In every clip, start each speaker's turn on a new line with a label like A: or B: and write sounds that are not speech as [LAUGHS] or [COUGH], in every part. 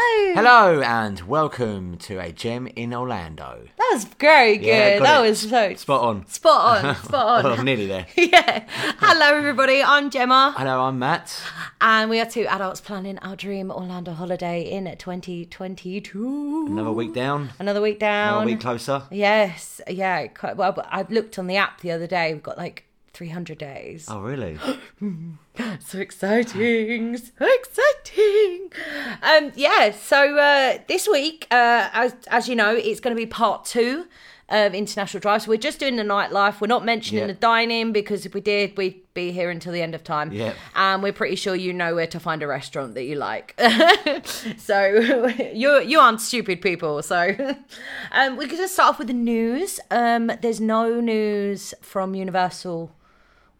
A: Hello and welcome to a gem in Orlando.
B: That was very good.
A: Yeah, got
B: that
A: it.
B: was so
A: Spot on.
B: spot
A: [LAUGHS]
B: on. Spot
A: Oh,
B: on.
A: I'm nearly there.
B: [LAUGHS] yeah. Hello, everybody. I'm Gemma,
A: Hello, I'm Matt.
B: and we are two adults planning our dream Orlando holiday in 2022.
A: Another week down.
B: Another week down.
A: Another week closer.
B: Yes. Yeah. quite- Well, but I looked on the app the other day. We've got like 300 days.
A: Oh, really?
B: [LAUGHS] So exciting. So exciting. Um, yeah. So uh, this week, uh, as, as you know, it's going to be part two of International Drive. So we're just doing the nightlife. We're not mentioning
A: Yeah.
B: the dining because if we did, we'd be here until the end of time.
A: Yeah.
B: And we're pretty sure you know where to find a restaurant that you like. [LAUGHS] so [LAUGHS] you you aren't stupid people. So [LAUGHS] um, we could just start off with the news. Um, there's no news from Universal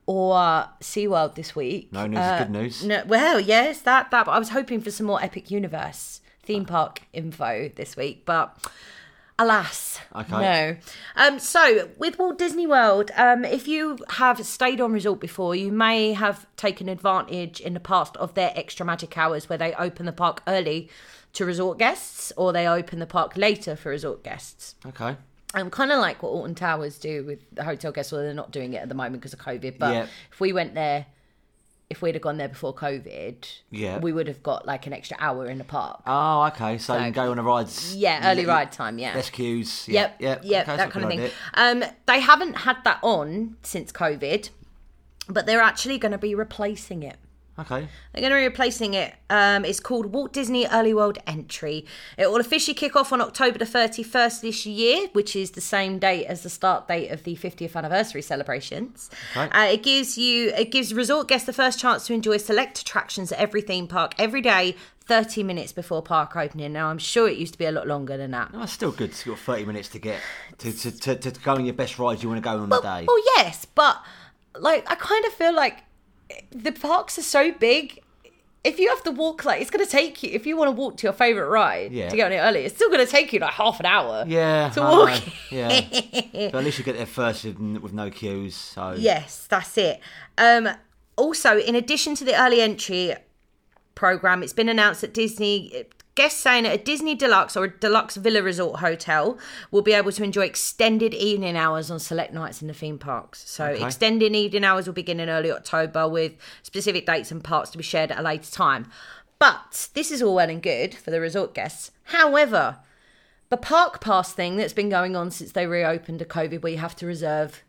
B: or uh, SeaWorld this week.
A: No news is good news.
B: Uh, No, well, yes, that that. But I was hoping for some more Epic Universe theme park info this week, but alas,
A: Okay.
B: no. Um, so with Walt Disney World, um, if you have stayed on resort before, you may have taken advantage in the past of their extra magic hours where they open the park early to resort guests, or they open the park later for resort guests.
A: Okay.
B: I'm kind of like what Alton Towers do with the hotel guests, although they're not doing it at the moment because of COVID. But
A: Yeah.
B: if we went there, if we'd have gone there before COVID,
A: Yeah.
B: we would have got like an extra hour in the park.
A: Oh, okay. So you can go on a rides.
B: yeah, early ride time. Yeah.
A: Rescues. Yeah,
B: Yep. Yep.
A: Yeah. okay,
B: that
A: that's a
B: kind of
A: good
B: thing.
A: idea.
B: Um, they haven't had that on since COVID, but they're actually going to be replacing it.
A: Okay.
B: They're going to be replacing it. Um, it's called Walt Disney Early World Entry. It will officially kick off on October the 31st this year, which is the same date as the start date of the 50th anniversary celebrations.
A: Okay.
B: Uh, it gives you, it gives resort guests the first chance to enjoy select attractions at every theme park every day, 30 minutes before park opening. Now, I'm sure it used to be a lot longer than that.
A: Oh, that's still good. You've got 30 minutes to get to, to, to, to go on your best rides you want to go on the day.
B: Well, yes, but like I kind of feel like the parks are so big. If you have to walk, like it's going to take you. If you want to walk to your favorite ride
A: Yeah.
B: to get on it early, it's still going to take you like half an hour.
A: yeah.
B: to
A: I know,
B: walk.
A: Yeah.
B: [LAUGHS]
A: but at least you get there first with n- with no queues. So
B: Yes, that's it. Um, also, in addition to the early entry program, it's been announced that Disney guests staying at a Disney Deluxe or a Deluxe Villa Resort hotel will be able to enjoy extended evening hours on select nights in the theme parks. So, extended evening hours will begin in early October with specific dates and parts to be shared at a later time. But this is all well and good for the resort guests. However, the park pass thing that's been going on since they reopened to COVID, where you have to reserve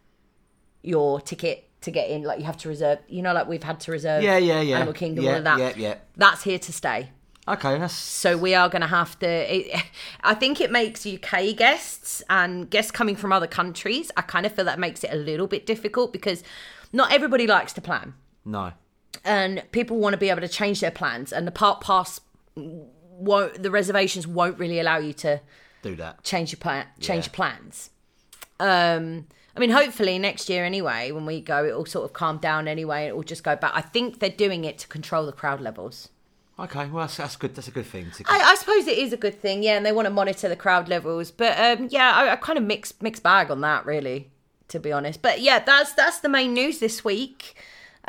B: your ticket to get in, like you have to reserve, you know, like we've had to reserve
A: Yeah, yeah, yeah.
B: Animal Kingdom,
A: yeah,
B: all of that.
A: Yeah, yeah.
B: That's here to stay.
A: Okay, that's
B: So we are going to have to. It, [LAUGHS] I think it makes UK guests and guests coming from other countries. I kind of feel that makes it a little bit difficult because not everybody likes to plan,
A: no.
B: and people want to be able to change their plans. And the park pass won't. The reservations won't really allow you to
A: Do that.
B: change your plan, change
A: Yeah.
B: your plans. Um, I mean, hopefully next year anyway, when we go, it will sort of calm down anyway. It will just go back. I think they're doing it to control the crowd levels.
A: Okay, well that's, that's good. That's a good thing. To,
B: I, I suppose it is a good thing, yeah, and they want to monitor the crowd levels. But um, yeah, I, I kind of mixed mixed bag on that, really, to be honest. But yeah, that's that's the main news this week.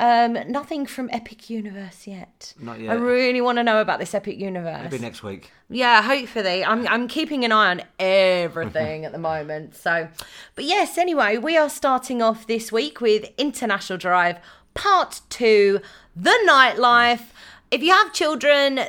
B: Um, nothing from Epic Universe yet.
A: Not
B: I
A: yet.
B: really want to know about this Epic Universe.
A: Maybe next week.
B: Yeah, hopefully. I'm I'm keeping an eye on everything at the moment. So, but yes, anyway, we are starting off this week with International Drive Part 2, The Nightlife. If you have children,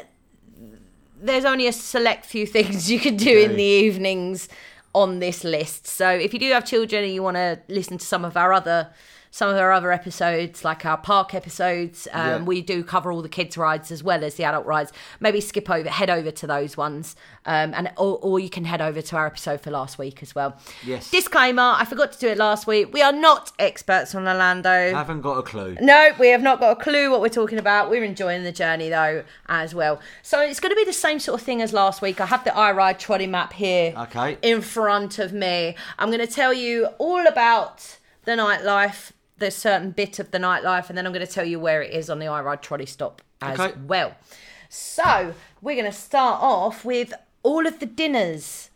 B: there's only a select few things you can do in the evenings on this list. So, if you do have children and you want to listen to some of our other some of our other episodes, like our park episodes, um,
A: Yeah.
B: we do cover all the kids' rides as well as the adult rides. Maybe skip over, head over to those ones, um, and or, or you can head over to our episode for last week as well.
A: Yes.
B: Disclaimer: I forgot to do it last week. We are not experts on Orlando.
A: I haven't got a clue.
B: No, we have not got a clue what we're talking about. We're enjoying the journey though as well. So it's going to be the same sort of thing as last week. I have the iRide trolley map here
A: Okay.
B: in front of me. I'm going to tell you all about the nightlife, the certain bit of the nightlife, and then I'm going to tell you where it is on the iRide trolley stop as
A: Okay.
B: well. So we're going to start off with all of the dinners.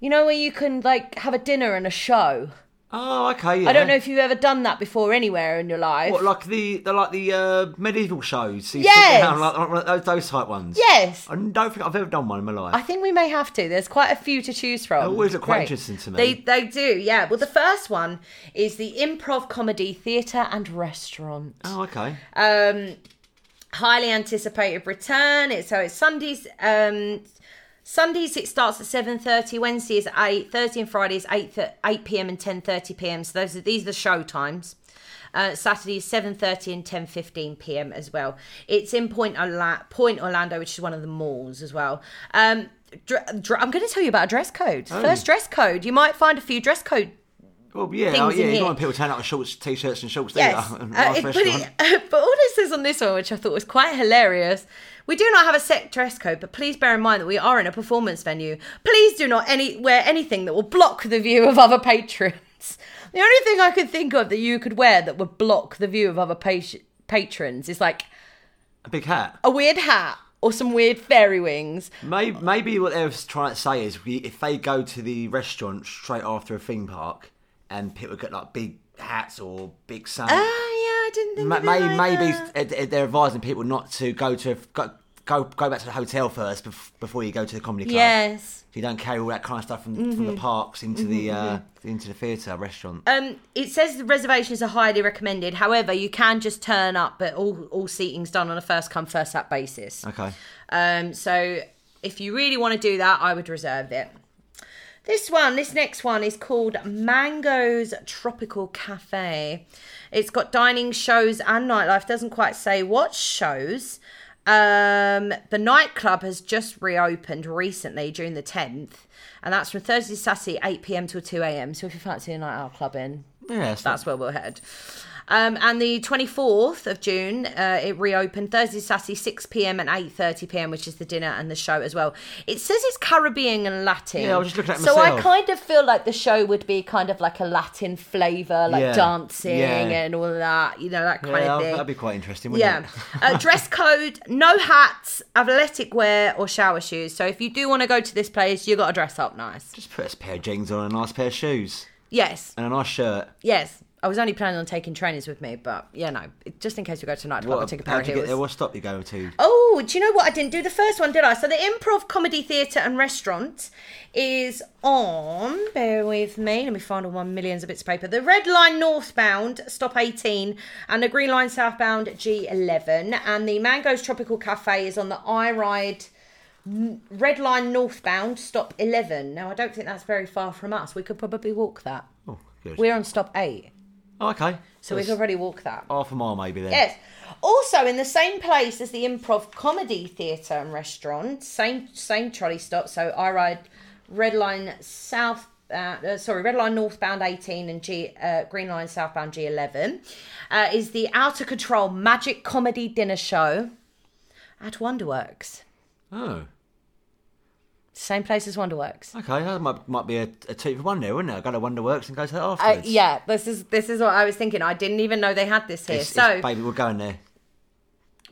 B: You know where you can like have a dinner and a show.
A: Oh, okay. Yeah.
B: I don't know if you've ever done that before anywhere in your life.
A: What like the the like the uh, medieval shows? You sit
B: Yes.
A: down, like, like, those, those type ones.
B: yes.
A: I don't think I've ever done one in my life.
B: I think we may have to. There's quite a few to choose from.
A: always look quite
B: Great.
A: interesting to me.
B: They they do, yeah. Well, the first one is the improv comedy theatre and restaurant.
A: Oh, okay.
B: Um, highly anticipated return. It's so it's Sundays. Um, Sundays it starts at seven thirty. Wednesday is eight thirty, and Friday is eight th- eight p.m. and ten thirty p.m. So those are these are the show times. Uh, Saturday is seven thirty and ten fifteen p.m. as well. It's in Point Orla- Point Orlando, which is one of the malls as well. Um, dr- dr- I'm going to tell you about a dress code. First dress code. You might find a few dress code
A: well, yeah,
B: things
A: oh,
B: in
A: yeah. You
B: here.
A: don't want people turn out with shorts, t-shirts, and shorts. [LAUGHS]
B: Yes.
A: There,
B: [LAUGHS] Uh, it- but, it- but all it says on this one, which I thought was quite hilarious, we do not have a set dress code, but please bear in mind that we are in a performance venue. Please do not any wear anything that will block the view of other patrons. [LAUGHS] The only thing I could think of that you could wear that would block the view of other pat- patrons is like
A: a big hat.
B: a weird hat or some weird fairy wings.
A: Maybe, maybe what they're trying to say is we, if they go to the restaurant straight after a theme park and people get like big hats or big sun.
B: Ah, yeah, I didn't think.
A: Ma-
B: of it
A: Maybe,
B: like
A: maybe
B: that.
A: it's- uh, they're advising people not to go to go go, go back to the hotel first bef- before you go to the comedy club.
B: Yes. Mm-hmm.
A: So you don't carry all that kind of stuff from, from the parks into the uh, into the theatre restaurant.
B: Um, it says the reservations are highly recommended. However, you can just turn up, but all all seating's done on a first come first sat basis.
A: okay.
B: Um, so if you really want to do that, I would reserve it. This one, this next one is called Mango's Tropical Cafe. It's got dining shows and nightlife. Doesn't quite say what shows. Um, the nightclub has just reopened recently, June the 10th, and that's from Thursday to Saturday, 8 pm till 2 am. So if you fancy a night out clubbing,
A: Yeah, it's
B: that's where we'll head. Um, and the 24th of June, uh, it reopened Thursday, Saturday, 6 p.m. and 8:30 p.m., which is the dinner and the show as well. It says it's Caribbean and Latin.
A: Yeah, I was just looking at it
B: so I
A: myself.
B: kind of feel like the show would be kind of like a Latin flavour, like
A: Yeah.
B: dancing
A: Yeah.
B: and all of that, you know, that
A: not-
B: kind
A: yeah,
B: of thing.
A: that'd be quite interesting. Wouldn't
B: Yeah.
A: It? [LAUGHS]
B: uh, dress code, no hats, athletic wear, or shower shoes. So if you do want to go to this place, you got to dress up nice.
A: Just put a pair of jeans on, a nice pair of shoes,
B: Yes.
A: and a nice shirt.
B: Yes. I was only planning on taking trainers with me, but yeah, no. Just in case we go to nightclub, I'll take a pair
A: how'd
B: of
A: you get there?
B: heels.
A: What stop you go to?
B: Oh, do you know what? I didn't do the first one, did I? So the improv comedy theatre and restaurant is on. Bear with me. Let me find all my millions of bits of paper. The red line northbound, stop 18, and the green line southbound, G11. And the Mango's Tropical Cafe is on the I Ride n- red line northbound, stop 11. Now, I don't think that's very far from us. We could probably walk that.
A: Oh, good.
B: We're on stop 8.
A: oh, okay.
B: So we
A: It's
B: could probably walk that.
A: half a mile maybe then.
B: Yes. Also, in the same place as the improv comedy theatre and restaurant, same same trolley stop. So I ride Red Line South. Uh, uh, sorry, Red Line northbound 18 and G uh, Green Line southbound G11 uh, is the Outer Control Magic Comedy Dinner Show at Wonderworks.
A: Oh,
B: Same place as Wonderworks.
A: okay. That might, might be a, a two for one there, wouldn't it? Go to Wonderworks and go to that
B: Uh,
A: afterwards.
B: yeah, this is this is what I was thinking. I didn't even know they had this here.
A: It's-
B: so
A: it's- baby, we're going there.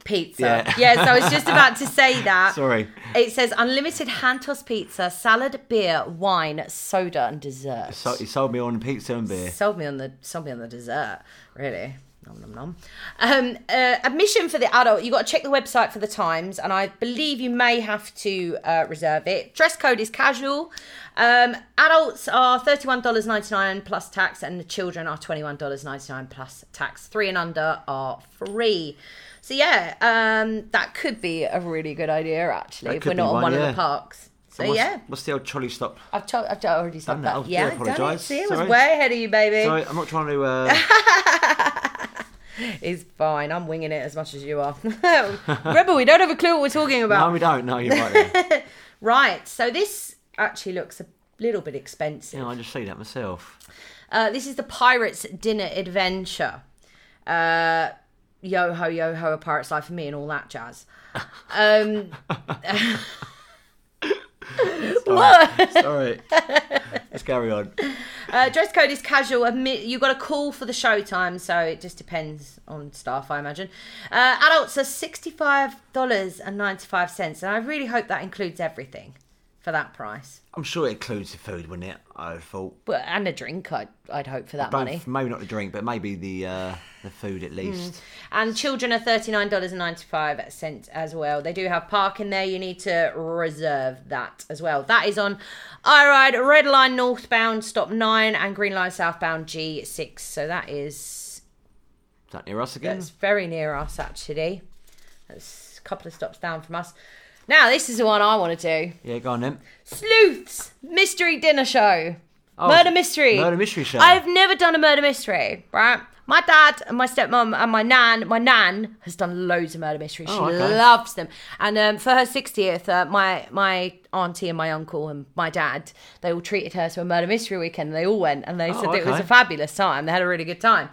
B: pizza.
A: Yeah.
B: [LAUGHS] Yes, I was just about to say that.
A: Sorry.
B: It says unlimited hand tossed pizza, salad, beer, wine, soda, and dessert.
A: So you sold me on pizza and beer.
B: sold me on the sold me on the dessert, really. Nom nom nom. Um, uh, admission for the adult, you got to check the website for the times, and I believe you may have to uh, reserve it. Dress code is casual. Um, adults are thirty-one dollars ninety-nine plus tax, and the children are twenty-one dollars ninety-nine plus tax. Three and under are free. So yeah, um, that could be a really good idea actually.
A: That
B: if
A: could
B: we're
A: be
B: not on
A: one,
B: one
A: yeah.
B: of the parks. So
A: what's,
B: yeah,
A: What's the old trolley stop?
B: I've, to- I've already said
A: Done that.
B: that.
A: I
B: Yeah,
A: do
B: I've done it.
A: apologise.
B: See, I
A: Sorry.
B: was way ahead of you, baby.
A: Sorry, I'm not trying to. Uh,
B: [LAUGHS] It's fine. I'm winging it as much as you are. [LAUGHS] Remember, we don't have a clue what we're talking about.
A: no, we don't. No, you're right. There.
B: Right. So this actually looks a little bit expensive.
A: Yeah, I just see that myself.
B: Uh, this is the Pirates Dinner Adventure. Uh, yo ho, yo ho, a pirate's life for me, and all that jazz. Um,
A: Sorry. Let's carry on.
B: uh, dress code is casual. Admit you got a call for the show time, so it just depends on staff, I imagine. Uh, adults are sixty-five dollars and ninety-five cents, and I really hope that includes everything. for that price.
A: I'm sure it includes the food, wouldn't it? I would have thought.
B: But and a drink, I'd, I'd hope for that
A: Both,
B: money. Hmm.
A: maybe not the drink, but maybe the uh, the food at least.
B: And children are thirty nine dollars and ninety five cents as well. They do have parking there. You need to reserve that as well. That is on I ride Red Line northbound stop nine and Green Line southbound G six. So that is
A: Is that near us again?
B: that's very near us actually. That's a couple of stops down from us. Now this is the one I want to do.
A: Yeah, go on then.
B: Sleuths mystery dinner show.
A: Oh,
B: murder mystery.
A: Murder mystery show.
B: I've never done a murder mystery, right? My dad and my stepmom and my nan, my nan has done loads of murder mysteries.
A: Oh,
B: she
A: okay.
B: loves them. And um, for her 60th, uh, my my auntie and my uncle and my dad, they all treated her to a murder mystery weekend. They all went and they said that it was
A: okay.
B: a fabulous time. They had a really good time.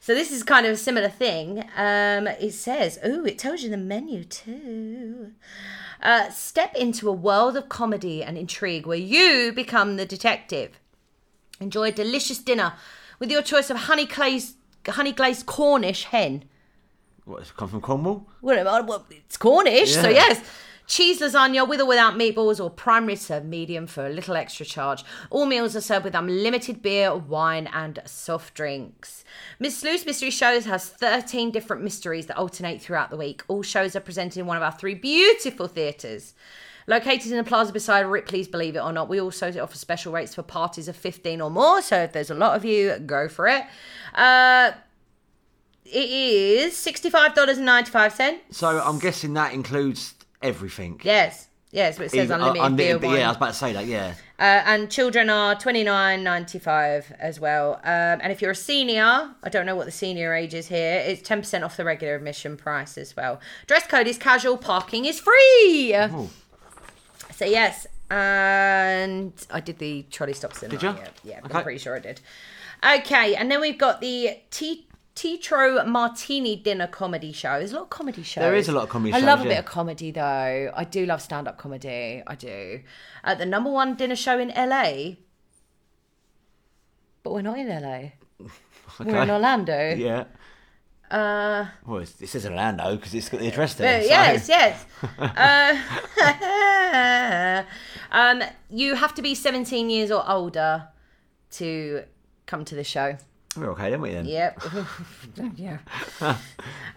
B: So this is kind of a similar thing. Um, it says, oh, it tells you the menu too. Uh, step into a world of comedy and intrigue where you become the detective. Enjoy a delicious dinner with your choice of honey glazed, honey glazed Cornish hen.
A: What, it's come from Cornwall?
B: Well, uh, well, it's Cornish, so
A: Yeah.
B: yes. Cheese lasagna with or without meatballs or primary served medium for a little extra charge. All meals are served with unlimited beer, wine, and soft drinks. Miss Slew's Mystery Shows has 13 different mysteries that alternate throughout the week. All shows are presented in one of our three beautiful theatres. Located in the plaza beside Ripley's, believe it or not, we also offer special rates for parties of 15 or more. So if there's a lot of you, go for it. Uh, it is $65.95.
A: So I'm guessing that includes everything.
B: Yes, yes, but it says
A: Even- uh,
B: unlimited, beer
A: unlimited-
B: wine.
A: yeah, I was about to say that. Yeah,
B: Uh, and children are twenty nine ninety five as well. Um, and if you're a senior, I don't know what the senior age is here. It's ten percent off the regular admission price as well. Dress code is casual. Parking is free.
A: Ooh.
B: So yes, and I did the trolley stops. Did
A: ya?
B: Yeah, yeah
A: Okay.
B: I'm pretty sure I did. Okay, and then we've got the T. Titro Martini Dinner Comedy Show. There's a lot of comedy shows.
A: There is a lot of comedy
B: I love
A: shows,
B: a
A: yeah.
B: bit of comedy though. I do love stand up comedy. I do. Uh, the number one dinner show in LA. But we're not in LA. [LAUGHS]
A: okay.
B: We're in Orlando.
A: Yeah.
B: Uh,
A: Well, it's, it says Orlando because it's got the address there.
B: uh,
A: so- [LAUGHS]
B: Yes, yes. uh, [LAUGHS] um, you have to be 17 years or older to come to the show.
A: We're okay, then we then? [LAUGHS]
B: Yep. [LAUGHS] yeah.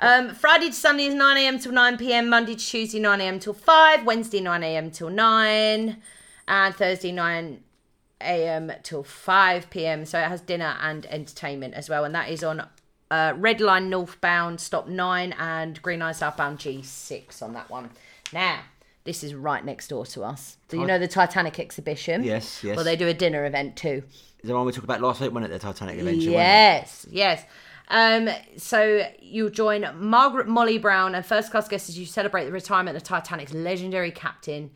B: um, Friday to Sunday is 9 a.m. till 9 p.m. Monday to Tuesday 9 a.m. till 5. Wednesday 9 a.m. till 9. And Thursday 9 a.m. till 5 p.m. So it has dinner and entertainment as well. And that is on uh, Red Line northbound stop 9 and Green Line southbound G6 on that one. Now, this is right next door to us. Do you know the Titanic exhibition?
A: Yes, yes.
B: Well, they do a dinner event too.
A: The one we talked about last week, wasn't it? The Titanic Adventure.
B: Yes, yes. Um, so you'll join Margaret Molly Brown and first class guests as you celebrate the retirement of Titanic's legendary captain.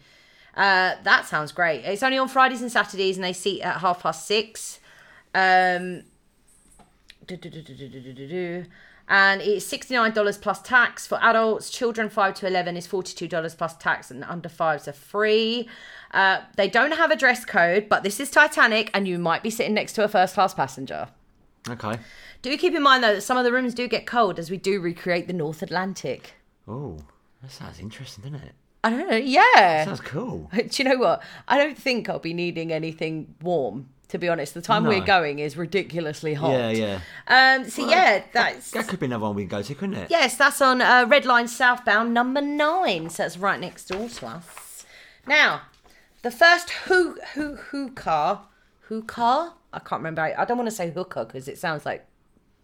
B: Uh, that sounds great. It's only on Fridays and Saturdays, and they seat at half past six. Um, do, do, do, do, do, do, do, do, do. And it's $69 plus tax for adults. Children 5 to 11 is $42 plus tax, and under 5s are free. Uh, they don't have a dress code, but this is Titanic, and you might be sitting next to a first class passenger.
A: Okay.
B: Do keep in mind though that some of the rooms do get cold as we do recreate the North Atlantic.
A: Oh, that sounds interesting, doesn't it?
B: I don't know. Yeah.
A: Sounds cool.
B: [LAUGHS] Do you know what? I don't think I'll be needing anything warm. To be honest, the time
A: No.
B: we're going is ridiculously hot.
A: Yeah, yeah.
B: Um. So yeah, that's
A: That could be another one we can go to, couldn't it?
B: yes, that's on uh, Red Line Southbound number nine. So that's right next door to us. Now, the first who who who car who car? I can't remember. I, I don't want to say hooker because it sounds like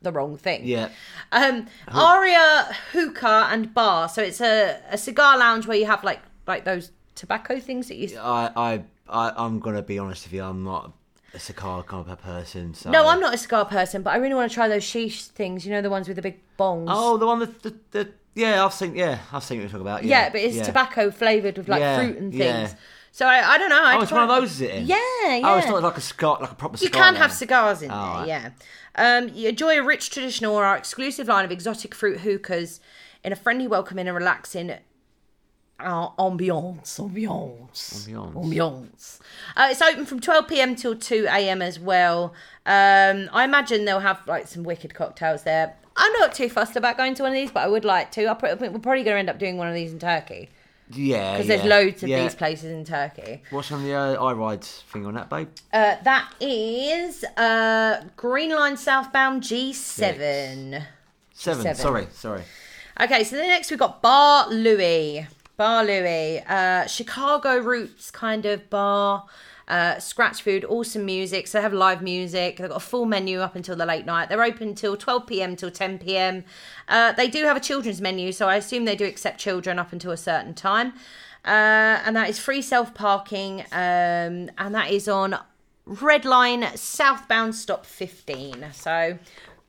B: the wrong thing.
A: Yeah.
B: Um, Aria Hookah and Bar. So it's a, a cigar lounge where you have like like those tobacco things that you.
A: I, I, I, I'm gonna be honest with you. I'm not a cigar kind of person. So.
B: No, I'm not a cigar person, but I really want to try those sheesh things. You know, the ones with the big bongs.
A: Oh, the one that the, the yeah, I've seen. Yeah, I've seen what you're talking about. Yeah,
B: yeah, but it's
A: yeah.
B: tobacco flavored with like
A: Yeah,
B: fruit and things.
A: yeah.
B: So I, I don't know. I
A: Oh, it's one of those, is it? then?
B: Yeah,
A: Oh, it's
B: yeah.
A: not like a cigar, like a proper
B: You
A: cigar.
B: can have
A: then?
B: cigars in there,
A: right.
B: yeah. Um, you enjoy a rich traditional or our exclusive line of exotic fruit hookahs in a friendly, welcoming, and relaxing uh, ambiance. Ambiance.
A: Ambiance.
B: Ambiance. Uh, it's open from 12 pm till 2 am as well. Um, I imagine they'll have like some wicked cocktails there. I'm not too fussed about going to one of these, but I would like to. I pr- we're probably going to end up doing one of these in Turkey.
A: Yeah,
B: because there's
A: yeah,
B: loads of
A: yeah.
B: these places in Turkey.
A: What's on the uh, iRide thing on that, babe?
B: Uh, that is uh, Green Line southbound G7.
A: Seven.
B: Seven.
A: Sorry, sorry.
B: Okay, so the next we've got Bar Louie. Bar Louie. Uh, Chicago roots kind of bar. Uh, scratch food, awesome music. So they have live music. They've got a full menu up until the late night. They're open till 12 p.m. till 10 p.m. Uh, they do have a children's menu, so I assume they do accept children up until a certain time. Uh, and that is free self parking. Um, and that is on Red Line southbound stop 15. So,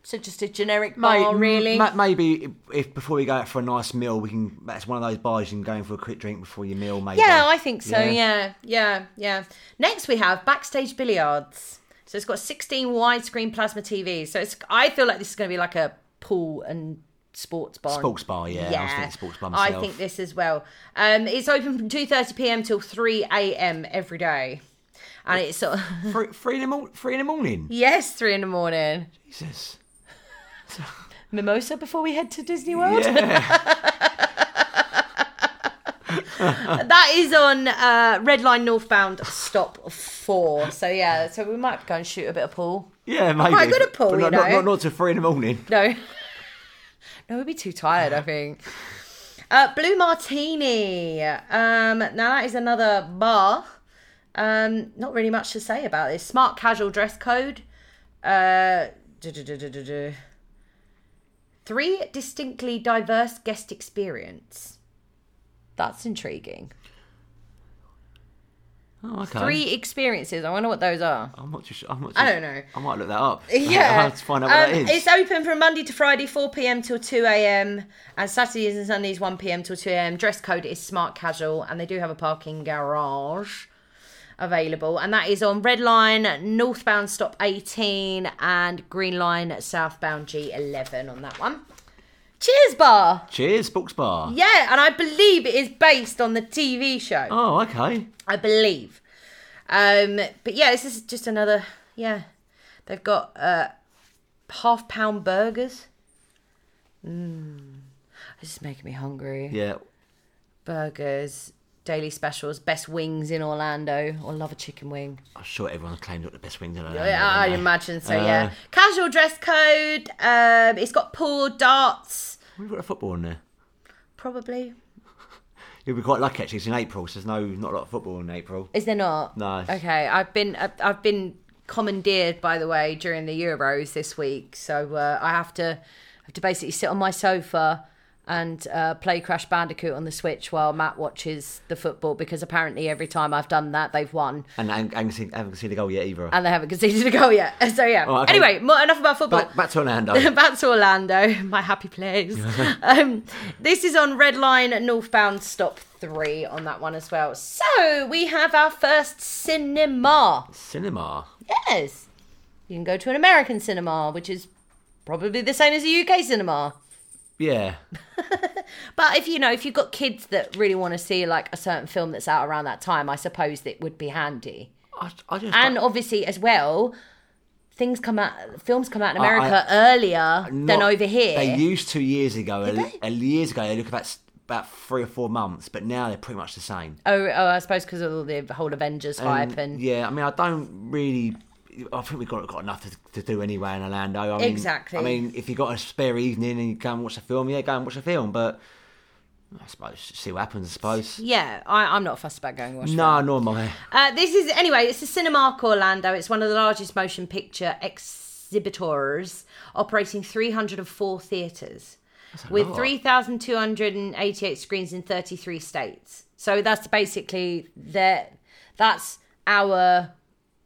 B: so just a generic bar,
A: Mate,
B: Oh, really.
A: ma- maybe if, if before we go out for a nice meal, we can. That's one of those bars you can go in for a quick drink before your meal, maybe.
B: Yeah, I think so.
A: Yeah.
B: Yeah. yeah, yeah, Next, we have backstage billiards. So it's got 16 widescreen plasma TVs. So it's. I feel like this is going to be like a pool and sports bar.
A: Sports bar, yeah. I was thinking sports bar
B: I
A: myself.
B: think this as well. Um, it's open from 2:30 p.m. till 3 a.m. every day, and it's sort of [LAUGHS]
A: Three, three in the morning. Three in the morning.
B: yes, three in the morning. [LAUGHS]
A: Jesus.
B: Mimosa before we head to Disney World.
A: Yeah.
B: [LAUGHS] That is on uh, Red Line northbound stop four. So yeah, so we might go and shoot a bit of pool.
A: Yeah, maybe.
B: quite good at pool,
A: But
B: you
A: not, not,
B: know.
A: not, not to three in the morning.
B: No. [LAUGHS] no, we'd be too tired, I think. Uh, Blue Martini. Um, now that is another bar. Um, not really much to say about this. Smart casual dress code. Uh, du-du-du-du-du-du. Three distinctly diverse guest experience. That's intriguing.
A: Oh, okay.
B: Three experiences. I wonder what those are.
A: I'm not too sure. I'm not too
B: I don't know.
A: I might look that up.
B: [LAUGHS] Yeah.
A: [LAUGHS] I'll have to find out what
B: Um,
A: that is.
B: It's open from Monday to Friday, 4 pm till 2 am, and Saturdays and Sundays, 1 pm till 2 am. Dress code is smart casual, and they do have a parking garage available, and that is on Red Line, northbound stop 18, and Green Line, southbound G11 on that one. Cheers, bar!
A: Cheers, Sports Bar.
B: Yeah, and I believe it is based on the TV show.
A: Oh, okay.
B: I believe. Um, but yeah, this is just another. Yeah, they've got uh, half pound burgers. Mm. This is making me hungry.
A: Yeah.
B: Burgers, daily specials, best wings in Orlando. I love a chicken wing.
A: I'm sure everyone's claimed up the best wings in Orlando.
B: Yeah, I
A: don't they?
B: imagine so.
A: Uh,
B: yeah, casual dress code. Um, it's got pool, darts,
A: We've got a football in there.
B: probably.
A: You'll be quite lucky actually. It's in April, so there's no not a lot of football in April.
B: Is there not?
A: No.
B: Okay, I've been I've- I've been commandeered by the way during the Euros this week, so uh, I have to have to basically sit on my sofa and uh, play Crash Bandicoot on the Switch while Matt watches the football because apparently every time I've done that they've won
A: And I haven't seen, I haven't seen the goal yet either.
B: and they haven't [LAUGHS] conceded a goal yet. So yeah.
A: Oh, okay.
B: Anyway, more, enough about football.
A: back, back to
B: [LAUGHS]
A: Orlando.
B: Back to Orlando, [LAUGHS] my happy place. [LAUGHS] um, this is on Red Line northbound stop three on that one as well. So we have our first cinema.
A: Cinema.
B: Yes. You can go to an American cinema, which is probably the same as a UK cinema.
A: Yeah.
B: But if you know, if you've got kids that really want to see like a certain film that's out around that time, I suppose that would be handy.
A: I, I just
B: And obviously as well, things come out films come out in
A: I-
B: America earlier
A: not-
B: than over here.
A: They used to years ago. A,
B: Did
A: a years ago, they look about s- about three or four months, but now they're pretty much the same.
B: oh, oh, I suppose because of all the whole Avengers hype and
A: Mm, yeah, I mean, I don't really. I think we've got, got enough to, to do anyway in Orlando. I mean,
B: Exactly.
A: I mean, if you've got a spare evening and you go and watch a film, yeah, go and watch a film. But I suppose see what happens. I suppose.
B: yeah, I, I'm not fussed about going and watching.
A: No, nor am I.
B: Uh, this is anyway. It's the Cinemark Orlando. It's one of the largest motion picture exhibitors, operating 304 theaters with
A: lot.
B: 3,288 screens in 33 states. So that's basically their that's our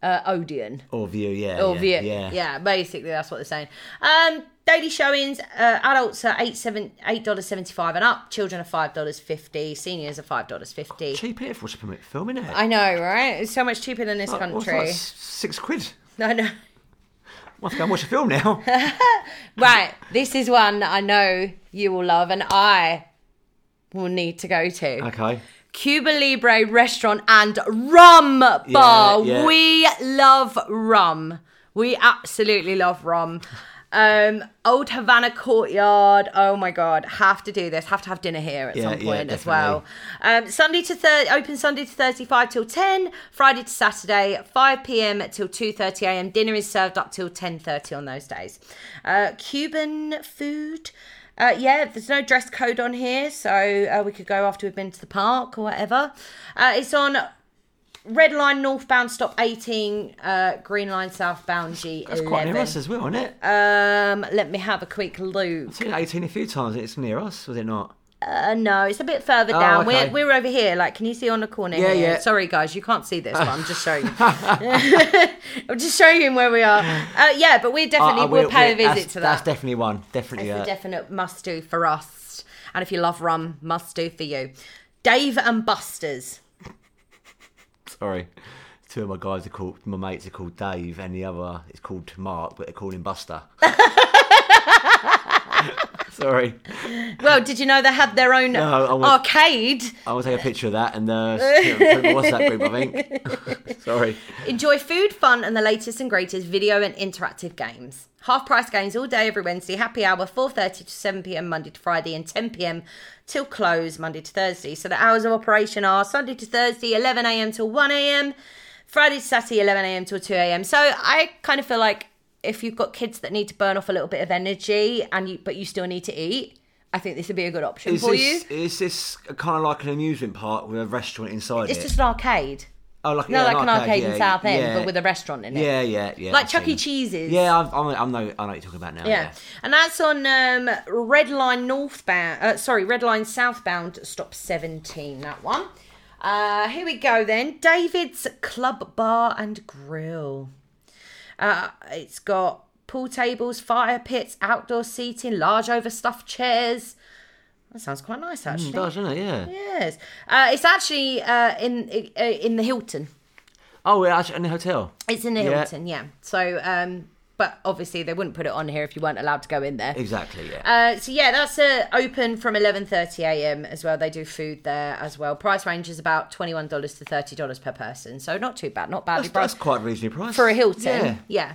B: uh, Odeon.
A: Or view, yeah,
B: Or
A: yeah,
B: view.
A: yeah.
B: Yeah. basically that's what they're saying. Um, daily showings, uh, adults are eight seven eight dollars seventy five and up, children are five dollars fifty, seniors are five dollars fifty.
A: Cheap here for a film, film isn't it?
B: I know, right? It's so much cheaper than this
A: Like, what's
B: country.
A: that, s-
B: [LAUGHS]
A: six quid.
B: No, no.
A: I have to go and watch a
B: [LAUGHS]
A: film now.
B: Right, this is one that I know you will love and I will need to go to.
A: okay.
B: Cuba Libre restaurant and rum bar.
A: yeah.
B: We love rum. We absolutely love rum. Um, Old Havana Courtyard. Oh my God, have to do this. Have to have dinner here at
A: Yeah,
B: some
A: yeah,
B: point as well. Um, Sunday to third, open Sunday to thirty-five till ten. Friday to Saturday, five p.m. till two thirty a.m. Dinner is served up till ten thirty on those days. Uh, Cuban food. Uh, yeah, there's no dress code on here, so uh, we could go after we've been to the park or whatever. Uh, it's on Red Line northbound, stop 18, uh, Green Line southbound, G11.
A: It's quite near us as well, isn't it?
B: Um, let me have a quick look.
A: I've seen it 18 a few times and it's near us, was it not?
B: Uh, no, it's a bit further down.
A: Oh, okay.
B: We're we're over here. Like, can you see on the corner?
A: Yeah,
B: here?
A: yeah.
B: Sorry, guys, you can't see this, but I'm just
A: [LAUGHS]
B: showing. you. I'm just showing him where we are. Uh, yeah, but we definitely
A: Uh, uh,
B: will
A: we're-
B: pay a
A: we're-
B: visit
A: that's-
B: to
A: That's
B: that.
A: definitely one. Definitely.
B: It's
A: Uh,
B: a definite must do for us. And if you love rum, must do for you. Dave and Buster's.
A: sorry. Two of my guys are called, my mates are called Dave and the other is called Mark, but they call
B: [LAUGHS]
A: him Buster. sorry.
B: Well, did you know they had their own
A: I was-
B: arcade?
A: I will take a picture of that and uh, put it in my WhatsApp group, I think. [LAUGHS] Sorry.
B: Enjoy food, fun, and the latest and greatest video and interactive games. Half price games all day every Wednesday. Happy hour 4:30 to 7 p.m. Monday to Friday and 10 p.m. till close Monday to Thursday. So the hours of operation are Sunday to Thursday 11 a.m. till 1 a.m. Friday to Saturday 11 a.m. till 2 a.m. So I kind of feel like if you've got kids that need to burn off a little bit of energy and you but you still need to eat, I think this would be a good option
A: Is
B: for
A: this,
B: you.
A: is this kind of like an amusement park with a restaurant inside
B: It's
A: it?
B: just an arcade.
A: oh, like,
B: No,
A: yeah,
B: like an arcade, in
A: yeah,
B: South End,
A: yeah,
B: but with a restaurant in it.
A: Yeah, yeah, yeah.
B: Like
A: I've
B: Chuck E.
A: seen.
B: Cheese's.
A: Yeah, I've, I'm, I'm know, I know what you're talking about now.
B: Yeah.
A: Yeah.
B: and that's on um, Red Line northbound. Uh, sorry, Red Line southbound, stop seventeen. That one. Uh, here we go then. David's Club Bar and Grill. Uh, it's got pool tables, fire pits, outdoor seating, large overstuffed chairs. That sounds quite nice actually.
A: It Mm, does, doesn't it? Yeah.
B: Yes, uh, it's actually uh, in uh, in the Hilton.
A: Oh, we're actually in the hotel.
B: It's in the
A: Yeah.
B: Hilton, yeah. So, um, but obviously they wouldn't put it on here if you weren't allowed to go in there.
A: Exactly, yeah.
B: Uh, so yeah, that's uh, open from eleven thirty a.m. as well. They do food there as well. Price range is about twenty one dollars to thirty dollars per person, so not too bad, not badly
A: that's, that's
B: priced
A: quite reasonably priced.
B: for a Hilton.
A: Yeah.
B: Yeah,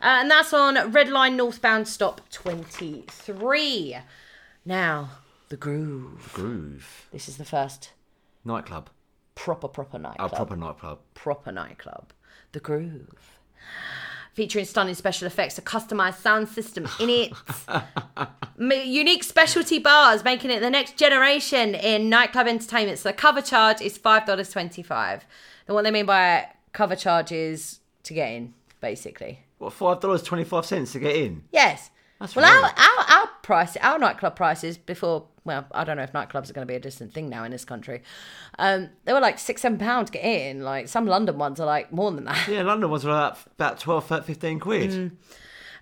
B: Uh, and that's on Red Line northbound stop twenty three. Now the groove.
A: Groove.
B: This is the first
A: Nightclub.
B: proper proper nightclub.
A: A proper nightclub.
B: proper nightclub, The Groove. Featuring stunning special effects, a customized sound system in it, M- unique specialty bars, making it the next generation in nightclub entertainment. So the cover charge is five dollars twenty-five. And what they mean by cover charge is to get in, basically.
A: What, $5.25 to get in?
B: Yes.
A: That's
B: well, our,
A: right.
B: our our price, our nightclub prices before. Well, I don't know if nightclubs are going to be a distant thing now in this country. Um, they were like six, seven pounds to get in. Like some London ones are like more than that.
A: Yeah, London ones are about, about 12, 15 quid.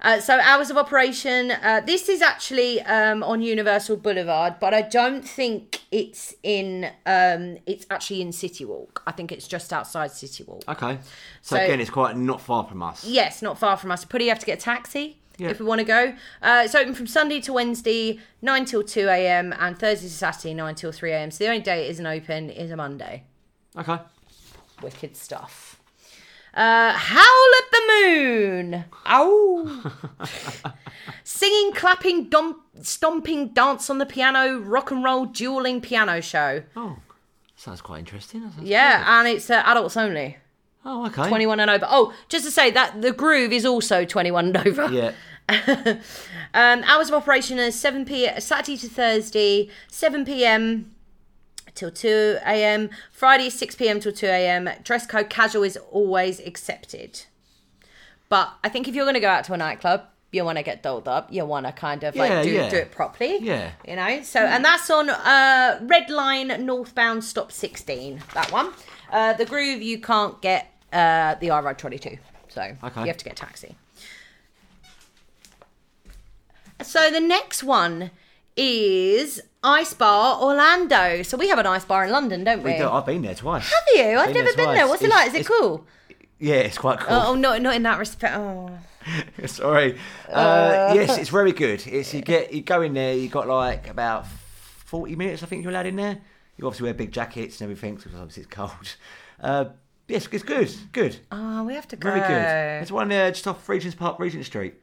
B: Uh, so hours of operation. Uh, this is actually um, on Universal Boulevard, but I don't think it's in. Um, it's actually in City Walk. I think it's just outside City Walk.
A: Okay. So,
B: So-
A: again, it's quite not far from us.
B: Yes, not far from us. Pretty, you have to get a taxi
A: Yeah.
B: if we want to go. Uh, it's open from Sunday to Wednesday, nine till two a.m. and Thursday to Saturday, nine till three a.m. So the only day it isn't open is a Monday.
A: Okay.
B: Wicked stuff. Uh, Howl at the Moon. Ow. Singing, clapping, dom- stomping, dance on the piano, rock and roll, dueling piano show.
A: Oh, sounds quite interesting. That sounds-
B: Yeah, and it's uh, adults only.
A: Oh, okay.
B: 21 and over. Oh, just to say that the groove is also 21 and over.
A: Yeah.
B: Um, hours of operation are 7 p.m. Saturday to Thursday, 7 p.m. till 2 a.m. Friday, 6 p.m. till 2 a.m. Dress code casual is always accepted. But I think if you're going to go out to a nightclub, you want to get dolled up. You want to kind of like
A: Yeah,
B: do,
A: yeah.
B: do it properly.
A: Yeah.
B: You know? So, and that's on uh, Red Line northbound stop 16, that one. Uh, the groove, you can't get uh, the I Ride Trolley too. So
A: Okay.
B: you have to get a taxi. So the next one is Ice Bar Orlando. So we have an ice bar in London, don't we?
A: Yeah, I've been there twice.
B: Have you? I've
A: Been
B: never
A: there
B: been there.
A: twice.
B: What's it
A: It's-
B: like? Is it
A: it's-
B: cool?
A: Yeah, it's quite cool.
B: Oh, no, not in that respect. Oh,
A: [LAUGHS] Sorry. Uh, yes, it's very good. It's you get you go in there. You got like about forty minutes. I think you're allowed in there. You obviously wear big jackets and everything because obviously it's cold. [LAUGHS] Uh, yes, it's good. Good.
B: oh we have to go.
A: Very good. It's one uh, just off Regent's Park, Regent Street.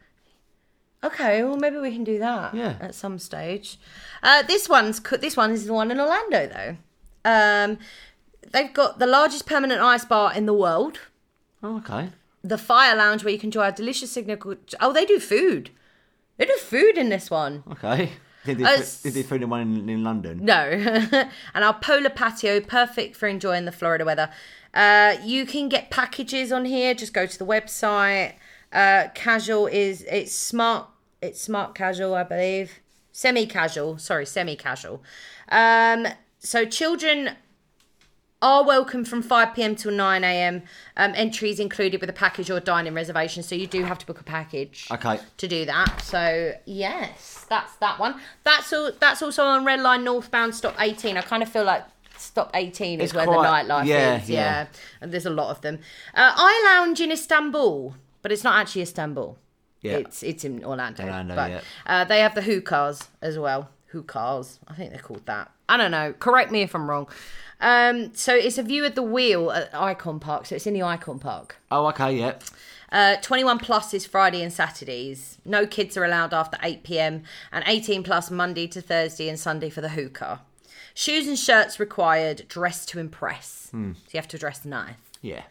B: Okay, well maybe we can do that
A: Yeah.
B: at some stage. Uh, this one's co- this one is the one in Orlando though. Um, they've got the largest permanent ice bar in the world,
A: Oh, okay.
B: the fire lounge where you can enjoy a delicious signature. Oh, they do food. They do food in this one.
A: Okay. Did they,
B: Uh,
A: put- did they find the one in, in
B: [LAUGHS]
A: London?
B: No, and our polar patio, perfect for enjoying the Florida weather. Uh, you can get packages on here. Just go to the website. Uh, casual is it's smart. It's smart casual, I believe. Semi casual, sorry, semi casual. Um, so children are welcome from 5 p.m. till 9 a.m. Um, entries included with a package or dining reservation. So you do have to book a package
A: Okay.
B: to do that. So yes, that's that one. That's all. That's also on Red Line Northbound Stop 18. I kind of feel like Stop 18 is
A: It's
B: where
A: quite-
B: the nightlife
A: yeah,
B: is.
A: yeah.
B: Yeah. and there's a lot of them. Uh, I lounge in Istanbul, but it's not actually Istanbul.
A: Yeah.
B: It's it's in Orlando.
A: Orlando,
B: but
A: yeah.
B: uh, they have the hookahs as well. Hookahs, I think they're called that. I don't know. Correct me if I'm wrong. Um, so it's a view of the wheel at Icon Park. So it's in the Icon Park.
A: Oh, okay, yeah.
B: Uh, 21 plus is Friday and Saturdays. No kids are allowed after 8 p.m. and 18 plus Monday to Thursday and Sunday for the hookah. Shoes and shirts required. Dress to impress. So you have to dress nice.
A: Yeah.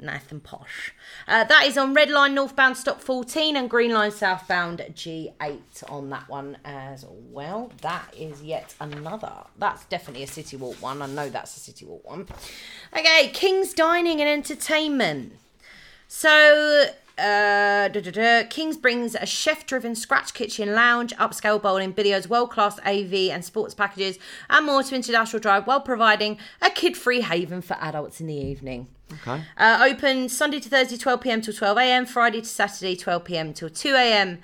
B: Nice and posh. Uh, that is on Red Line northbound stop 14 and Green Line southbound G8 on that one as well. That is yet another. That's definitely a City Walk one. I know that's a City Walk one. Okay, King's Dining and Entertainment. So, uh, duh, duh, duh. Kings brings a chef driven scratch kitchen lounge, upscale bowling, videos, world class AV and sports packages, and more to International Drive while providing a kid free haven for adults in the evening.
A: Okay.
B: Uh, open Sunday to Thursday, 12 pm till 12 am, Friday to Saturday, 12 pm till 2 am.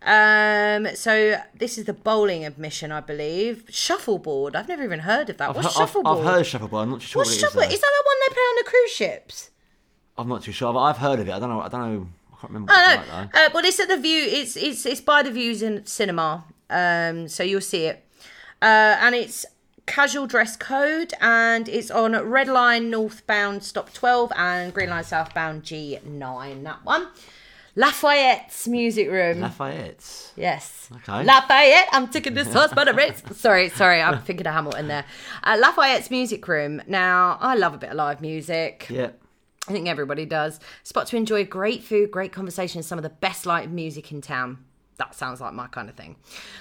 B: Um, so this is the bowling admission, I believe. Shuffleboard. I've never even heard of that. What's
A: I've, I've,
B: shuffleboard?
A: I've heard of shuffleboard. I'm not sure
B: What's
A: what it is.
B: shuffleboard?
A: though.
B: Is that the one they play on the cruise ships?
A: I'm not too sure, but I've heard of it. I don't know. I don't know. I can't remember.
B: Oh
A: What it's
B: no!
A: like,
B: Uh, well, it's at the view. It's it's it's by the views in cinema. Um, so you'll see it, uh, and it's casual dress code, and it's on Red Line northbound stop twelve and Green Line southbound G nine. That one, Lafayette's music room.
A: though.
B: [LAUGHS]
A: Lafayette's.
B: Yes.
A: Okay.
B: Lafayette, I'm taking this horse by the race. Sorry, sorry, I'm thinking of Hamilton there. Uh, Lafayette's music room. Now, I love a bit of live music.
A: Yeah.
B: I think everybody does. Spot to enjoy great food, great conversation, some of the best live music in town. That sounds like my kind of thing.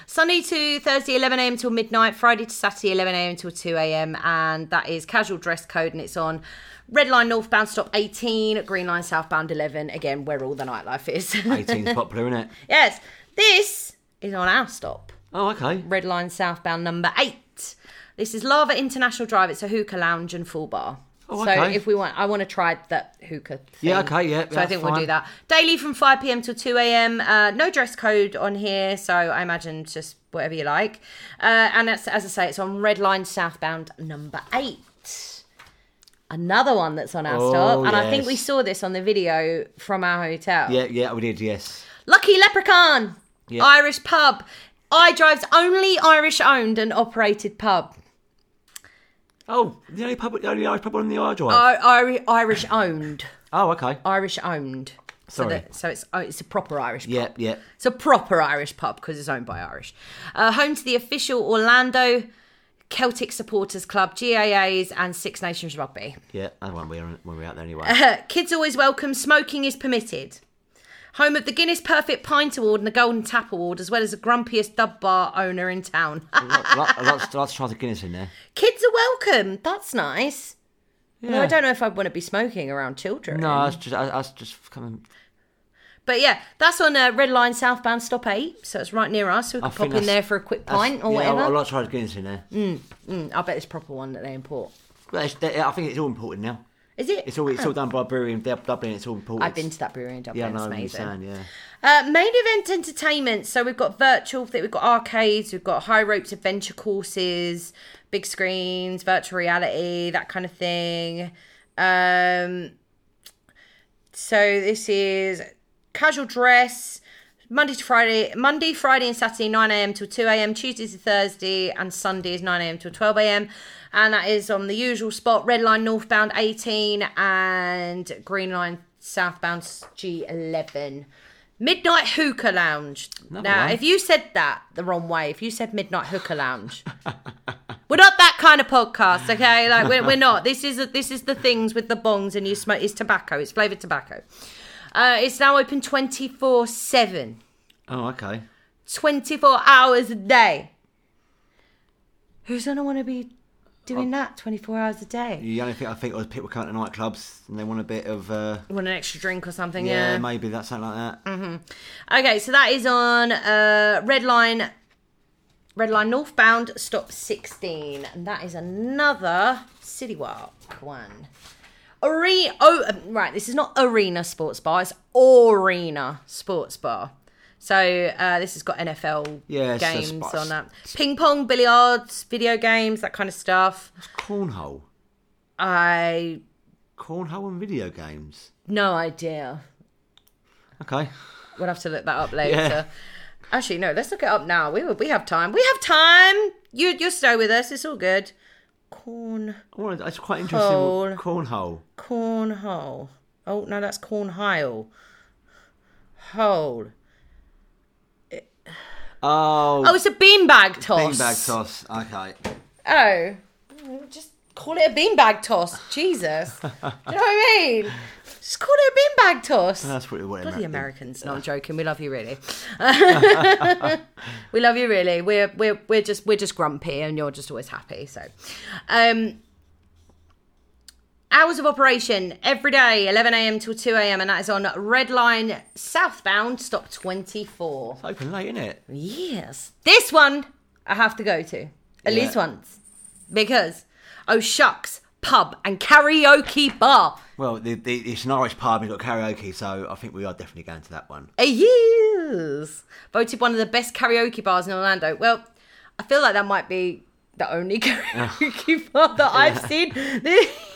B: Sunday to Thursday, 11am till midnight. Friday to Saturday, 11am till 2am. And that is casual dress code and it's on Red Line Northbound Stop 18, Green Line Southbound 11. Again, where all the nightlife is. [LAUGHS]
A: 18's popular, isn't it?
B: yes, this is on our stop.
A: Oh, okay.
B: Red Line Southbound number eight. This is Lava International Drive. It's a hookah lounge and full bar.
A: Oh,
B: So
A: okay.
B: if we want, I want to try that hookah. Thing.
A: Yeah, okay, yeah,
B: So I
A: that's
B: think we'll do
A: fine.
B: that daily from five pm till two am. Uh, no dress code on here, so I imagine just whatever you like. Uh, and that's as I say, it's on Red Line Southbound number eight. Another one that's on our
A: Oh,
B: stop, and I think we
A: yes.
B: saw this on the video from our hotel.
A: Yeah, yeah, we did. Yes.
B: Lucky Leprechaun,
A: Yeah.
B: Irish pub. iDrive's only Irish owned and operated pub.
A: Oh, the only pub, the only Irish pub on the I drive.
B: I- I- Irish owned.
A: oh, okay.
B: Irish owned. So,
A: Sorry.
B: that, so it's oh, it's a proper Irish pub.
A: Yeah, yeah.
B: It's a proper Irish pub because it's owned by Irish. Uh, home to the official Orlando Celtic Supporters Club, GAAs, and Six Nations Rugby. [LAUGHS]
A: Yeah, that one we were, we were out there anyway.
B: Kids always welcome. Smoking is permitted. Home of the Guinness Perfect Pint Award and the Golden Tap Award, as well as the grumpiest dub bar owner in town.
A: Lot- lot- lots, lots of shots of Guinness in there.
B: Kids are welcome. That's nice.
A: Yeah.
B: No, I don't know if I'd want to be smoking around children.
A: No, that's just, I, that's just coming.
B: But yeah, that's on uh, Red Line Southbound Stop 8. So it's right near us. So we
A: I
B: could
A: think
B: pop in
A: that's-
B: there for a quick pint or
A: yeah,
B: whatever.
A: A lot of shots of Guinness in there.
B: Mm, I bet it's a proper one that they import.
A: But it's, they- I think it's all important now.
B: Is it?
A: It's all, it's all done by brewery in Dub- Dublin. It's all important.
B: I've been to that brewery in Dublin.
A: Yeah, I
B: it's
A: know what you're
B: amazing.
A: saying. Yeah.
B: Uh, main event entertainment. So we've got virtual, thi- we've got arcades, we've got high ropes adventure courses, big screens, virtual reality, that kind of thing. Um, so this is casual dress. Monday to Friday, Monday, Friday, and Saturday, 9 a.m. till 2 a.m. Tuesdays to Thursday, and Sundays, 9 a.m. till 12 a.m. And that is on the usual spot Red Line northbound 18 and Green Line southbound G11. Midnight Hookah Lounge.
A: Another
B: now,
A: one.
B: if you said that the wrong way, if you said Midnight Hookah Lounge, we're not that kind of podcast, okay? Like we're, we're not. This is this is the things with the bongs and you smoke. It's tobacco. It's flavored tobacco. Uh, it's now open twenty four seven.
A: Oh, okay.
B: 24 hours a day. Who's going to want to be doing that 24 hours a day?
A: The only thing I think was people come to nightclubs and they want a bit of, uh,
B: Want an extra drink or something?
A: yeah,
B: Yeah. Mm.
A: maybe that's something like that.
B: Okay, so that is on uh, Red Line, Red Line northbound, stop 16. And that is another City Walk one. Arena, oh, um, right, this is not Arena Sports Bar, it's Arena Sports Bar. So uh, this has got NFL
A: Yeah, so
B: games
A: spots-
B: on that. Ping pong, billiards, video games, that kind of stuff.
A: It's cornhole.
B: I,
A: Cornhole and video games.
B: no idea.
A: Okay.
B: We'll have to look that up later. Actually, no, let's look it up now. We we have time. We have time. You you stay with us. It's all good. Corn
A: I wanted, it's quite interesting.
B: Hole.
A: what- Cornhole.
B: cornhole. Oh no, that's cornhole. Hole.
A: Oh,
B: Oh, it's a beanbag toss.
A: beanbag toss. Okay.
B: Oh, just call it a beanbag toss. [LAUGHS] Jesus. Do you know what I mean? Just call it a beanbag toss.
A: That's pretty what
B: Bloody
A: American.
B: Americans! No, I'm joking. We love you really. [LAUGHS] we love you really. We're we're we're just we're just grumpy, and you're just always happy. So, um, hours of operation every day, 11 a.m. till 2 a.m. and that is on Red Line southbound, stop 24.
A: It's open late, isn't it?
B: Yes, this one I have to go to at
A: Yeah.
B: least once because oh shucks, pub and karaoke bar.
A: Well, the, the, it's an Irish pub. We've got karaoke, so I think we are definitely going to that
B: [LAUGHS]
A: one.
B: Yes. Voted one of the best karaoke bars in Orlando. Well, I feel like that might be the only [LAUGHS]
A: Ah.
B: karaoke bar that I've seen.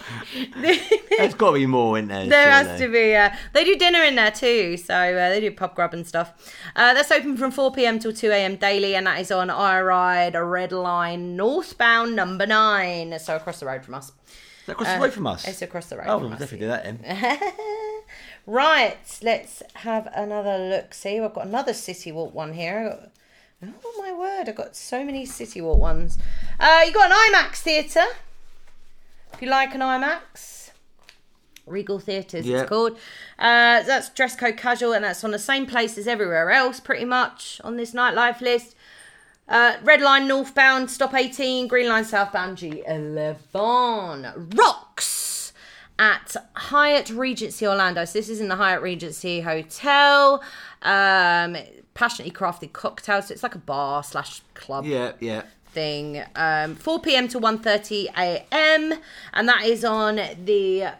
B: [LAUGHS]
A: There's got to be more in there.
B: there
A: surely.
B: has to be. Uh, they do dinner in there too, so uh, they do pub grub and stuff. Uh, that's open from 4 p.m. till 2 a.m. daily, and that is on I Ride Red Line northbound number nine, so across the road from us.
A: Is that across the road from us.
B: Uh, It's across the road.
A: Oh,
B: from
A: we'll
B: us.
A: definitely do
B: [LAUGHS]
A: that then.
B: right, let's have another look. See, I've got another City Walk one here. I got, oh my word, I've got so many City Walk ones. Uh, you got an IMAX theatre. If you like an IMAX, Regal Theatres,
A: Yeah.
B: it's called. Uh, that's dress code casual, and that's on the same place as everywhere else, pretty much on this nightlife list. Uh, Red Line northbound, stop 18. Green Line southbound, G11. Rocks at Hyatt Regency Orlando. So this is in the Hyatt Regency Hotel. Um, passionately crafted cocktails. So it's like a bar slash club
A: Yeah, yeah.
B: thing. Um, 4 p.m. to 1.30 a.m. And that is on the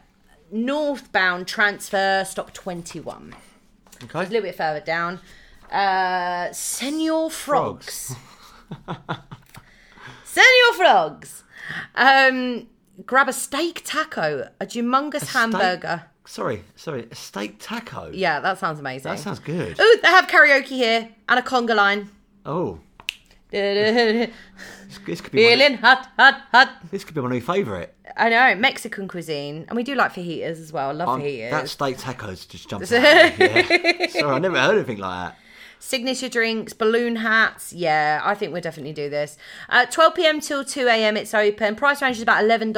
B: northbound transfer, stop 21
A: Okay.
B: a little bit further down. Uh, Senor Frogs. [LAUGHS] Senor Frogs. Um, grab a steak taco, a humongous hamburger.
A: Steak- sorry, sorry. A steak taco.
B: Yeah, that sounds amazing.
A: That sounds good.
B: Ooh, they have karaoke here and a conga line. [LAUGHS]
A: Oh,
B: Feeling
A: this, this could be my,
B: hot, hot, hot.
A: this could be my new favourite.
B: I know Mexican cuisine, and we do like fajitas as well. I love
A: Um,
B: fajitas.
A: That steak tacos just
B: [LAUGHS]
A: jumped. out at me, yeah. Sorry, I never heard anything like that.
B: signature drinks, balloon hats. Yeah, I think we'll definitely do this. Uh, 12 p.m. till 2 a.m. It's open. Price range is about $11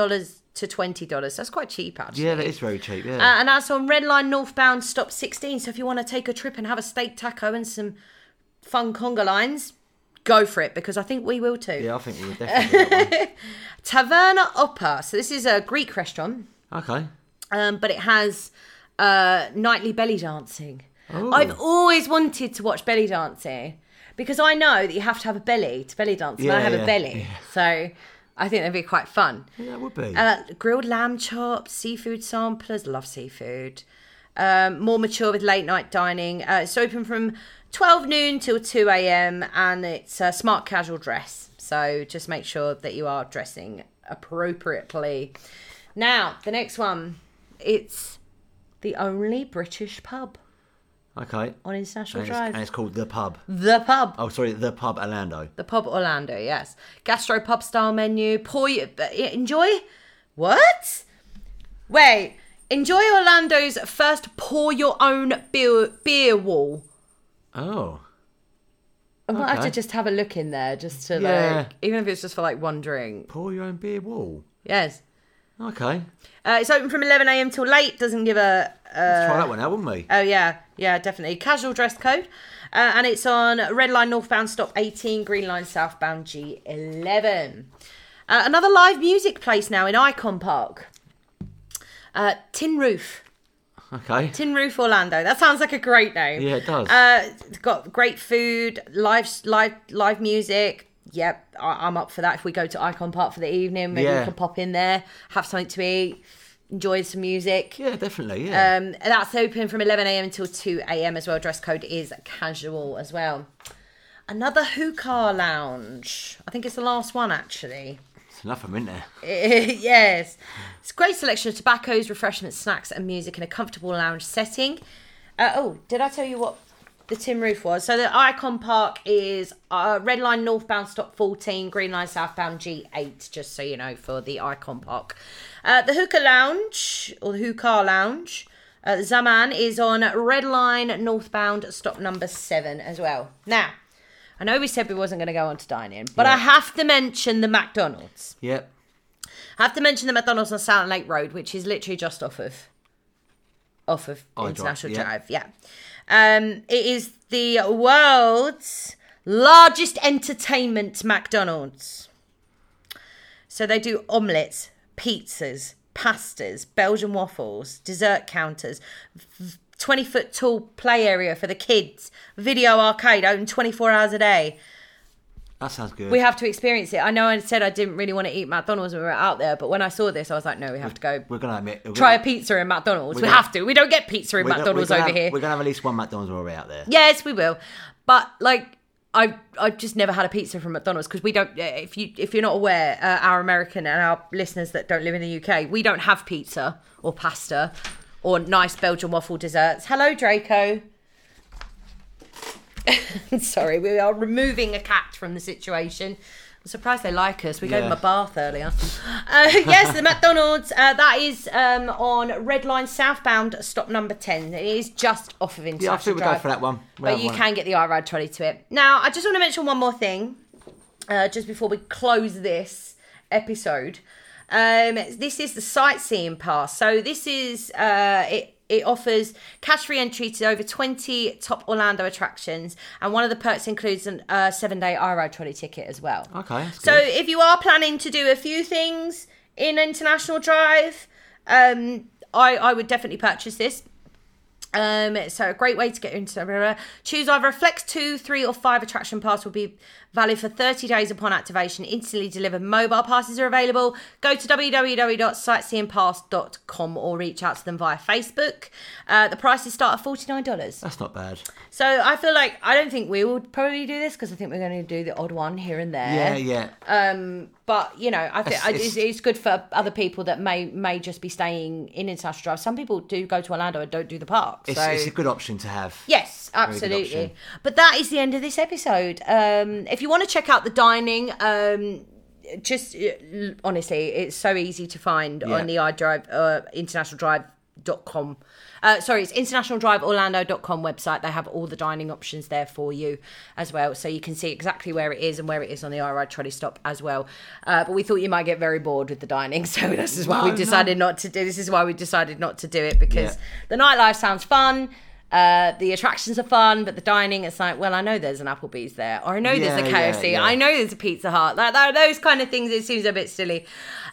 B: to $20. That's quite cheap, actually.
A: Yeah, that is very cheap. Yeah.
B: Uh, and that's on Red Line Northbound, stop 16. So if you want to take a trip and have a steak taco and some fun conga lines, go for it because I think we will too.
A: yeah, I think we would definitely. do that
B: Taverna Oppa. So this is a Greek restaurant,
A: one.
B: [LAUGHS]
A: Okay.
B: um, but it has uh, nightly belly dancing.
A: Oh.
B: I've always wanted to watch belly dancing because I know that you have to have a belly to belly dance, and I
A: Yeah,
B: have a
A: yeah,
B: belly, so I think that'd be quite fun.
A: Yeah, that would be.
B: Uh, grilled lamb chops, seafood samplers, love seafood. Um, more mature with late night dining. Uh, it's open from 12 noon till 2 a.m. and it's a smart casual dress. So just make sure that you are dressing appropriately. Now, the next one, it's the only British pub
A: okay.
B: on International
A: And it's, and
B: Drive.
A: it's called the pub.
B: The pub.
A: Oh, sorry, the pub Orlando.
B: The pub Orlando, yes. Gastro pub style menu. Poi, enjoy. What? Wait. Enjoy Orlando's first pour your own beer, beer wall
A: Oh.
B: I might have to
A: Okay.
B: just have a look in there, just to
A: Yeah.
B: like, even if it's just for like one drink.
A: Pour your own beer wall.
B: Yes.
A: Okay.
B: Uh, it's open from 11 a.m. till late. Doesn't give a.
A: Let's
B: Uh,
A: try that one out, wouldn't we?
B: oh yeah, yeah, definitely. Casual dress code, uh, and it's on Red Line northbound stop 18, Green Line southbound G11. Uh, another live music place now in Icon Park. Uh, Tin Roof,
A: Okay.
B: Tin Roof Orlando. That sounds like a great name.
A: Yeah, it does.
B: Uh, it's got great food, live, live, live music. Yep, I, I'm up for that. If we go to Icon Park for the evening, maybe
A: Yeah.
B: we can pop in there, have something to eat, enjoy some music.
A: yeah, definitely. Yeah.
B: Um, and that's open from 11 a.m. until 2 a.m. as well. Dress code is casual as well. Another hookah lounge. I think it's the last one actually.
A: it's enough of them, isn't there?
B: [LAUGHS] yes. It's a great selection of tobaccos, refreshments, snacks, and music in a comfortable lounge setting. Uh, oh, did I tell you what the tin roof was? So the Icon Park is uh, Red Line northbound stop 14, Green Line southbound G8, just so you know, for the Icon Park. Uh, the Hookah Lounge, or the Hookah Lounge, uh, Zaman is on Red Line northbound stop number 7 as well. Now, I know we said we wasn't going to go on to dine in, but I
A: Yeah.
B: have to mention the McDonald's.
A: Yep.
B: I have to mention the McDonald's on Silent Lake Road, which is literally just off of off of
A: I drive,
B: International
A: yeah.
B: Drive. Yeah. Um, it is the world's largest entertainment McDonald's. So they do omelets, pizzas, pastas, Belgian waffles, dessert counters, 20 foot tall play area for the kids, video arcade open 24 hours a day.
A: That sounds good.
B: We have to experience it. I know I said I didn't really want to eat McDonald's when we were out there, but when I saw this, I was like, no, we have to go
A: We're gonna admit. We're
B: try a
A: gonna,
B: pizza in McDonald's. We
A: gonna-
B: have to. We don't get pizza in
A: we're gonna-
B: McDonald's
A: we're gonna
B: over
A: have-
B: here.
A: We're gonna have at least one McDonald's while we're out there.
B: Yes, we will. But like, I I've just never had a pizza from McDonald's because we don't. If you if you're not aware, uh, our American and our listeners that don't live in the UK, we don't have pizza or pasta or nice Belgian waffle desserts. Hello, Draco. [LAUGHS] Sorry, we are removing a cat from the situation. I'm surprised they like us. We gave
A: Yeah.
B: them a bath earlier. Uh, [LAUGHS] yes, the McDonald's. Uh, that is um, on Red Line southbound, stop number ten. It is just off of
A: Yeah, I
B: International
A: think we'll go
B: Drive.
A: for that one. We'll
B: But
A: have
B: you
A: one.
B: can get the rad trolley to it. Now, I just want to mention one more thing, uh, just before we close this episode. Um, this is the sightseeing pass. So this is uh, it. It offers cash free entry to over 20 top Orlando attractions, and one of the perks includes a uh, seven day rad trolley ticket as well.
A: Okay. That's
B: So
A: good.
B: if you are planning to do a few things in International Drive, um, I, I would definitely purchase this. Um, so a great way to get into choose either a flex two, three, or five attraction pass will be valid for 30 days upon activation. Instantly delivered mobile passes are available. Go to www.sightseeingpass.com or reach out to them via Facebook. Uh, the prices start at $49.
A: that's not bad.
B: So I feel like I don't think we will probably do this because I think we're going to do the odd one here and there
A: Yeah, yeah.
B: Uh, but you know, I think
A: It's-
B: it's, it's,
A: it's-
B: good for other people that may may just be staying in international drive. Some people do go to Orlando and don't do the park.
A: it's,
B: so
A: it's a good option to have.
B: yes,
A: good option.
B: absolutely. But that is the end of this episode. Um, if you want to check out the dining, um, just uh, l- honestly, it's so easy to find
A: Yeah.
B: on the iDrive uh, international drive dot com uh, sorry it's international drive orlando.com website they have all the dining options there for you as well so you can see exactly where it is and where it is on the iride trolley stop as well uh, but we thought you might get very bored with the dining [LAUGHS] so this is why
A: No,
B: we
A: no.
B: decided not to do this is why we decided not to do it because
A: Yeah.
B: the nightlife sounds fun uh, the attractions are fun, but the dining, it's like, well, I know there's an Applebee's there, or I know there's a
A: Yeah, yeah,
B: KFC,
A: yeah.
B: I know there's a Pizza Hut. Like that, those kind of things, it seems a bit silly.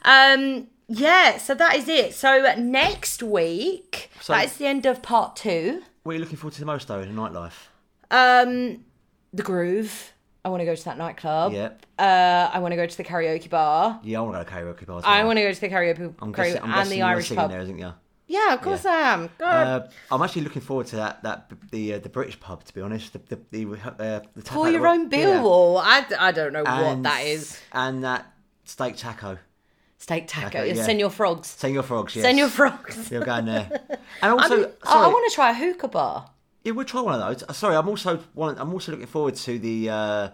B: Um, yeah, so that is it. So next week,
A: So-
B: that is the end of part two.
A: What are you looking forward to the most though in nightlife?
B: Um, the groove. I want to go to that nightclub.
A: Yeah.
B: Uh, I want to go to the karaoke bar.
A: Yeah, I want to go to karaoke bars.
B: I want to go to the karaoke
A: I'm
B: karaoke
A: guessing, I'm
B: and
A: guessing
B: the
A: you're
B: Irish
A: singing
B: pub.
A: there, isn't you?
B: Yeah, of course I am. God.
A: Uh, I'm actually looking forward to that that the uh, the British pub to be honest. The the, the, uh, the
B: For
A: taco-
B: your own bill
A: yeah.
B: wall. I, I don't know what
A: And-
B: that is.
A: and that steak taco.
B: Steak taco.
A: Taco, yeah.
B: Send your frogs.
A: Send your frogs. Yes.
B: Send your frogs.
A: You're going
B: [LAUGHS]
A: there. And also,
B: I'm-
A: sorry,
B: I, want to try a hookah bar.
A: yeah, we'll try one of those. Uh, Sorry, I'm also want, I'm also looking forward to the uh,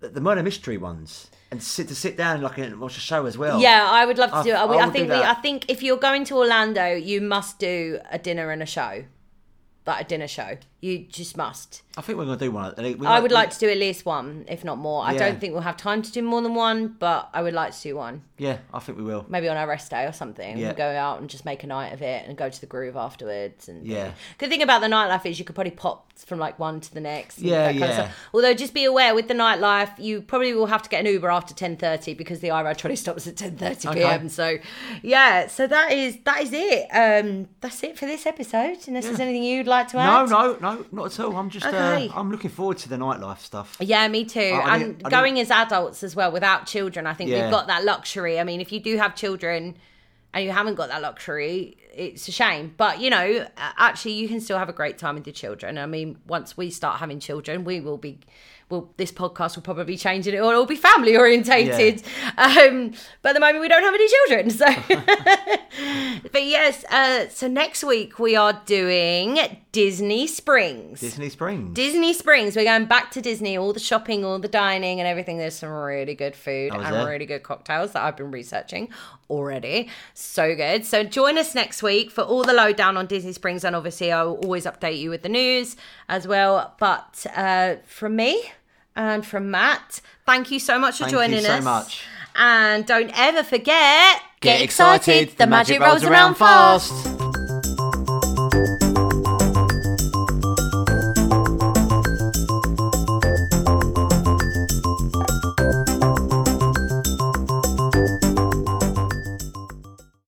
A: the the murder mystery ones and sit to sit down like and watch a show as well.
B: Yeah, I would love to
A: Oh. I-
B: do. it. I,
A: I
B: we- I
A: will do
B: think we, I
A: that.
B: think if you're going to Orlando, you must do a dinner and a show, like a dinner show. You You just must.
A: I think we're going to do one.
B: I would like to do at least one, if not more. I don't think we'll have time to do more than one, but I would like to do one.
A: Yeah, I think we will.
B: Maybe on our rest day or something.
A: Yeah.
B: We'll go out and just make a night of it and go to the groove afterwards. And
A: Yeah.
B: Good thing about the nightlife is you could probably pop from like one to the next. and
A: Yeah,
B: that kind of
A: yeah.
B: stuff. Although just be aware with the nightlife, you probably will have to get an Uber after ten thirty because the IRA trolley [LAUGHS] stops at ten thirty
A: Okay.
B: PM. So yeah, so that is that is it. Um that's it for this episode. Unless there's anything you'd like to
A: No,
B: add.
A: no, no, not at all. I'm just,
B: Okay.
A: uh, I'm looking forward to the nightlife stuff.
B: Yeah, me too.
A: I- I
B: and
A: didn't- I
B: going as adults as well without children, I think
A: Yeah.
B: we've got that luxury. I mean, if you do have children and you haven't got that luxury, it's a shame. But, you know, a- actually you can still have a great time with your children. I mean, once we start having children, we will be well, this podcast will probably change and it will all be family orientated. Um, but at the moment, we don't have any children. So, [LAUGHS] but yes, uh, so next week we are doing Disney Springs.
A: Disney Springs.
B: Disney Springs. We're going back to Disney. All the shopping, all the dining, and everything. There's some really good food
A: Oh, is
B: and
A: there?
B: really good cocktails that I've been researching already. So good. So join us next week for all the lowdown on Disney Springs, and obviously I will always update you with the news as well. But uh, from me and from Matt, thank you so much for
A: Thank you
B: joining
A: so
B: us.
A: much.
B: And don't ever forget.
A: Get excited. The magic rolls around fast.